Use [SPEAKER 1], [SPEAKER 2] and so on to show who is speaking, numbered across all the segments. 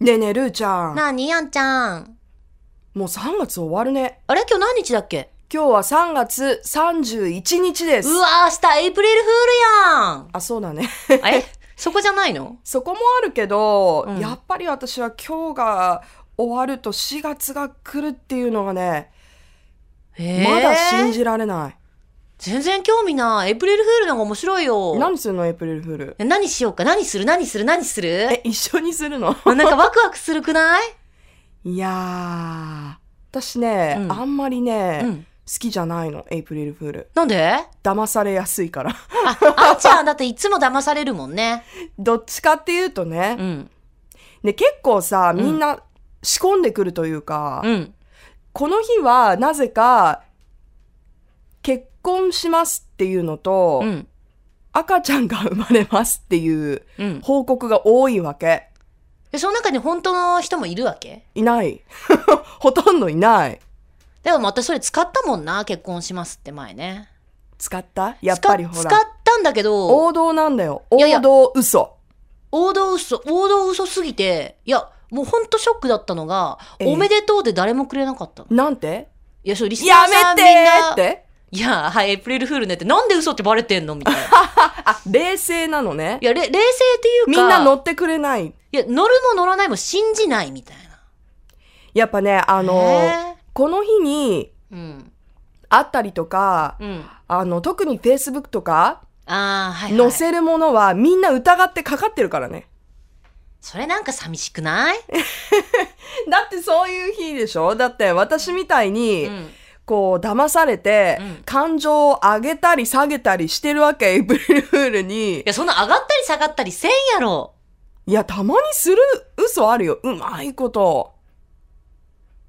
[SPEAKER 1] ねえねえ、ルーちゃん。
[SPEAKER 2] なあに、やんちゃん。
[SPEAKER 1] もう3月終わるね。
[SPEAKER 2] あれ今日何日だっけ
[SPEAKER 1] 今日は3月31日です。
[SPEAKER 2] うわー、明日エイプリルフ ー
[SPEAKER 1] あ、そうだね。
[SPEAKER 2] ルやん。えそこじゃないの
[SPEAKER 1] そこもあるけど、
[SPEAKER 2] うん
[SPEAKER 1] やっぱり私は今日が終わると4月が来るっていうのがね、
[SPEAKER 2] え
[SPEAKER 1] まだ信じられない。
[SPEAKER 2] 全然興味ない。エイプリルフールの方が面白いよ。
[SPEAKER 1] 何するのエイプリルフール。
[SPEAKER 2] え何しようか。何する何する何する
[SPEAKER 1] え、一緒にするの
[SPEAKER 2] なんか ワクワクするくない
[SPEAKER 1] いやー。私ね、
[SPEAKER 2] うん
[SPEAKER 1] あんまりね、
[SPEAKER 2] う
[SPEAKER 1] 好
[SPEAKER 2] ん。
[SPEAKER 1] きじゃないの、エイプリルフール。
[SPEAKER 2] なんであ、
[SPEAKER 1] 騙されやすいから。
[SPEAKER 2] あんちゃんだっていつも騙されるもんね。
[SPEAKER 1] どっちかっていうとね、
[SPEAKER 2] うん。
[SPEAKER 1] ね、結構さ、
[SPEAKER 2] うん
[SPEAKER 1] みんな仕込んでくるというか、
[SPEAKER 2] うん。
[SPEAKER 1] この日はなぜか、結婚しますっていうのと、
[SPEAKER 2] うん。
[SPEAKER 1] 赤ちゃんが生まれますっていう
[SPEAKER 2] うん。
[SPEAKER 1] 報告が多いわけ。
[SPEAKER 2] で、その中に本当の人もいるわけ
[SPEAKER 1] いない。 ほとんどいない。
[SPEAKER 2] でも私それ使ったもんな。結婚しますって前ね。
[SPEAKER 1] 使ったやっぱりほ
[SPEAKER 2] 使使
[SPEAKER 1] ら。
[SPEAKER 2] ったんだけど。
[SPEAKER 1] 王道なんだよ。王
[SPEAKER 2] いやいや
[SPEAKER 1] 道嘘。
[SPEAKER 2] 王道嘘、王道嘘すぎて、いや、もうほんとショックだったのが、
[SPEAKER 1] ええ
[SPEAKER 2] おめでとうで誰もくれなかったの。
[SPEAKER 1] なんて
[SPEAKER 2] いや、そう、リスナ
[SPEAKER 1] や
[SPEAKER 2] ーさん
[SPEAKER 1] め
[SPEAKER 2] み
[SPEAKER 1] て
[SPEAKER 2] ん
[SPEAKER 1] ー
[SPEAKER 2] な、
[SPEAKER 1] って
[SPEAKER 2] いや、はい、エイプリルフールねって、なんで嘘ってバレてんのみたいな。い
[SPEAKER 1] あ、冷静なのね。
[SPEAKER 2] や、れ冷静っていうか、
[SPEAKER 1] みんな乗ってくれない。
[SPEAKER 2] いや、乗るも乗らないも信じないみたいな。
[SPEAKER 1] やっぱね、あの
[SPEAKER 2] ね
[SPEAKER 1] この日に
[SPEAKER 2] えうん。
[SPEAKER 1] 会ったりとか、
[SPEAKER 2] うん。
[SPEAKER 1] あの、特に Facebook とか、
[SPEAKER 2] ああ、はい、は
[SPEAKER 1] 載
[SPEAKER 2] い。
[SPEAKER 1] せるものはみんな疑ってかかってるからね。
[SPEAKER 2] それなんか寂しくない
[SPEAKER 1] だってそういう日でしょだって私みたいに、
[SPEAKER 2] うん。
[SPEAKER 1] こう、騙されて、
[SPEAKER 2] うん
[SPEAKER 1] 感情を上げたり下げたりしてるわけ、エイプリルフールに
[SPEAKER 2] い。や、そんな上がったり下がったりせんやろ。
[SPEAKER 1] いや、たまにする嘘あるよ。うまいこと。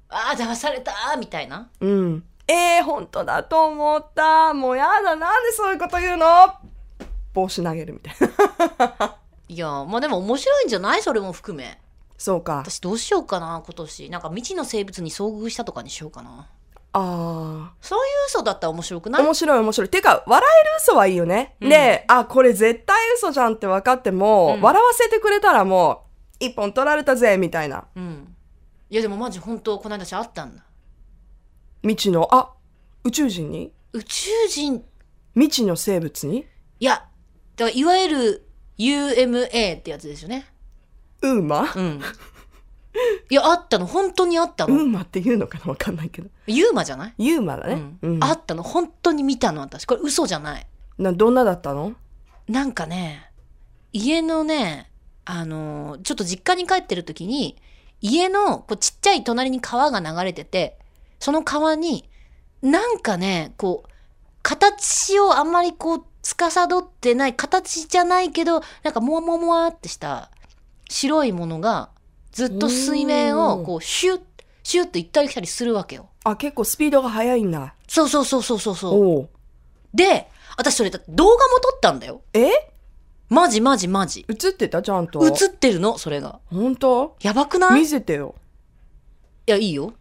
[SPEAKER 2] ああ、騙されたー、みたいな。
[SPEAKER 1] うん。えー、本当だと思った。もうやだ。なんでそういうこと言うの帽子投げるみたいな。
[SPEAKER 2] いや、まあでも面白いんじゃないそれも含め。
[SPEAKER 1] そうか。
[SPEAKER 2] 私どうしようかな今年なんか未知の生物に遭遇したとかにしようかな
[SPEAKER 1] あ
[SPEAKER 2] そういう嘘だったら面白く
[SPEAKER 1] ー。
[SPEAKER 2] ない
[SPEAKER 1] 面白い面白い。てか、笑える嘘はいいよね。
[SPEAKER 2] うん
[SPEAKER 1] で、あ、これ絶対嘘じゃんって分かっても、
[SPEAKER 2] うん
[SPEAKER 1] 笑わせてくれたらもう、一本取られたぜ、みたいな。
[SPEAKER 2] うんいやでもマジ本当この間私あったんだ
[SPEAKER 1] 未知の、あ、宇宙人に
[SPEAKER 2] 宇宙人
[SPEAKER 1] 未知の生物に
[SPEAKER 2] いやだからいわゆる UMA ってやつですよね
[SPEAKER 1] ウーマ
[SPEAKER 2] うんいやあったの本当にあった
[SPEAKER 1] ウ
[SPEAKER 2] の、
[SPEAKER 1] ーマって言うのかなわかんないけど。
[SPEAKER 2] ユーマじゃない、
[SPEAKER 1] ユーマだ
[SPEAKER 2] う
[SPEAKER 1] ね
[SPEAKER 2] ん。
[SPEAKER 1] うん。
[SPEAKER 2] あったの本当に見たの私これ嘘じゃない
[SPEAKER 1] な、どんなだったの
[SPEAKER 2] なんかね、家のね、あのーちょっと実家に帰ってる時に、家のこうちっちゃい隣に川が流れてて、その川に、なんかね、こう、形をあんまりこう、司ってない、形じゃないけど、なんかもわもわもわってした白いものが、ずっと水面をこう、シュッ、シュッと行ったり来たりするわけよ。
[SPEAKER 1] あ、結構スピードが速いんだ。
[SPEAKER 2] そうそうそうそうそうそう。
[SPEAKER 1] おう
[SPEAKER 2] で、私それだって動画も撮ったんだよ。
[SPEAKER 1] え
[SPEAKER 2] マジマジマジ。
[SPEAKER 1] 映ってたちゃんと。
[SPEAKER 2] 映ってるのそれが。
[SPEAKER 1] 本当
[SPEAKER 2] やばくないい
[SPEAKER 1] 見せてよ。
[SPEAKER 2] や、いいよ。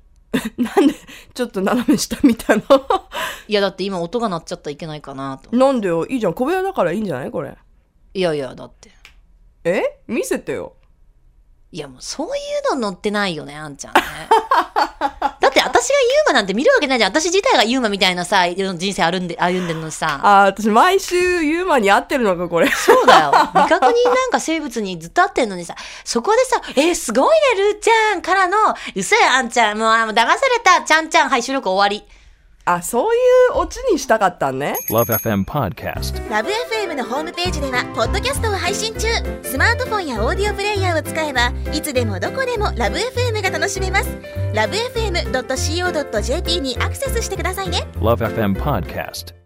[SPEAKER 1] なんで、ちょっと斜め下見たの
[SPEAKER 2] いや、だって今音が鳴っちゃったらいけないかなと。
[SPEAKER 1] なんでよ、いいじゃん。小部屋だからいいんじゃないこれ。
[SPEAKER 2] いやいや、だって。
[SPEAKER 1] え見せてよ。
[SPEAKER 2] いや、もうそういうの乗ってないよね、あんちゃん ね。だって私がユーマなんて見るわけないじゃん。私自体がユーマみたいなさ、人生歩んで、歩んでるのにさ。
[SPEAKER 1] あー、私毎週ユーマに会ってるのか、これ。
[SPEAKER 2] そうだよ。 未確認なんか生物にずっと会ってんのにさ、そこでさ、えー、すごいね、ルーちゃんからの、嘘や、あんちゃん。もう、あもう騙された、ちゃんちゃん、はい、収録終わり。
[SPEAKER 1] あ、そういうオチにしたかったんね。
[SPEAKER 3] Love FM Podcast.
[SPEAKER 4] ラブ f m のホームページではポッドキャストを配信中スマートフォンやオーディオプレイヤーを使えばいつでもどこでもラブ f m が楽しめますラブ FM.co.jp にアクセスしてくださいね
[SPEAKER 3] Love FM Podcast.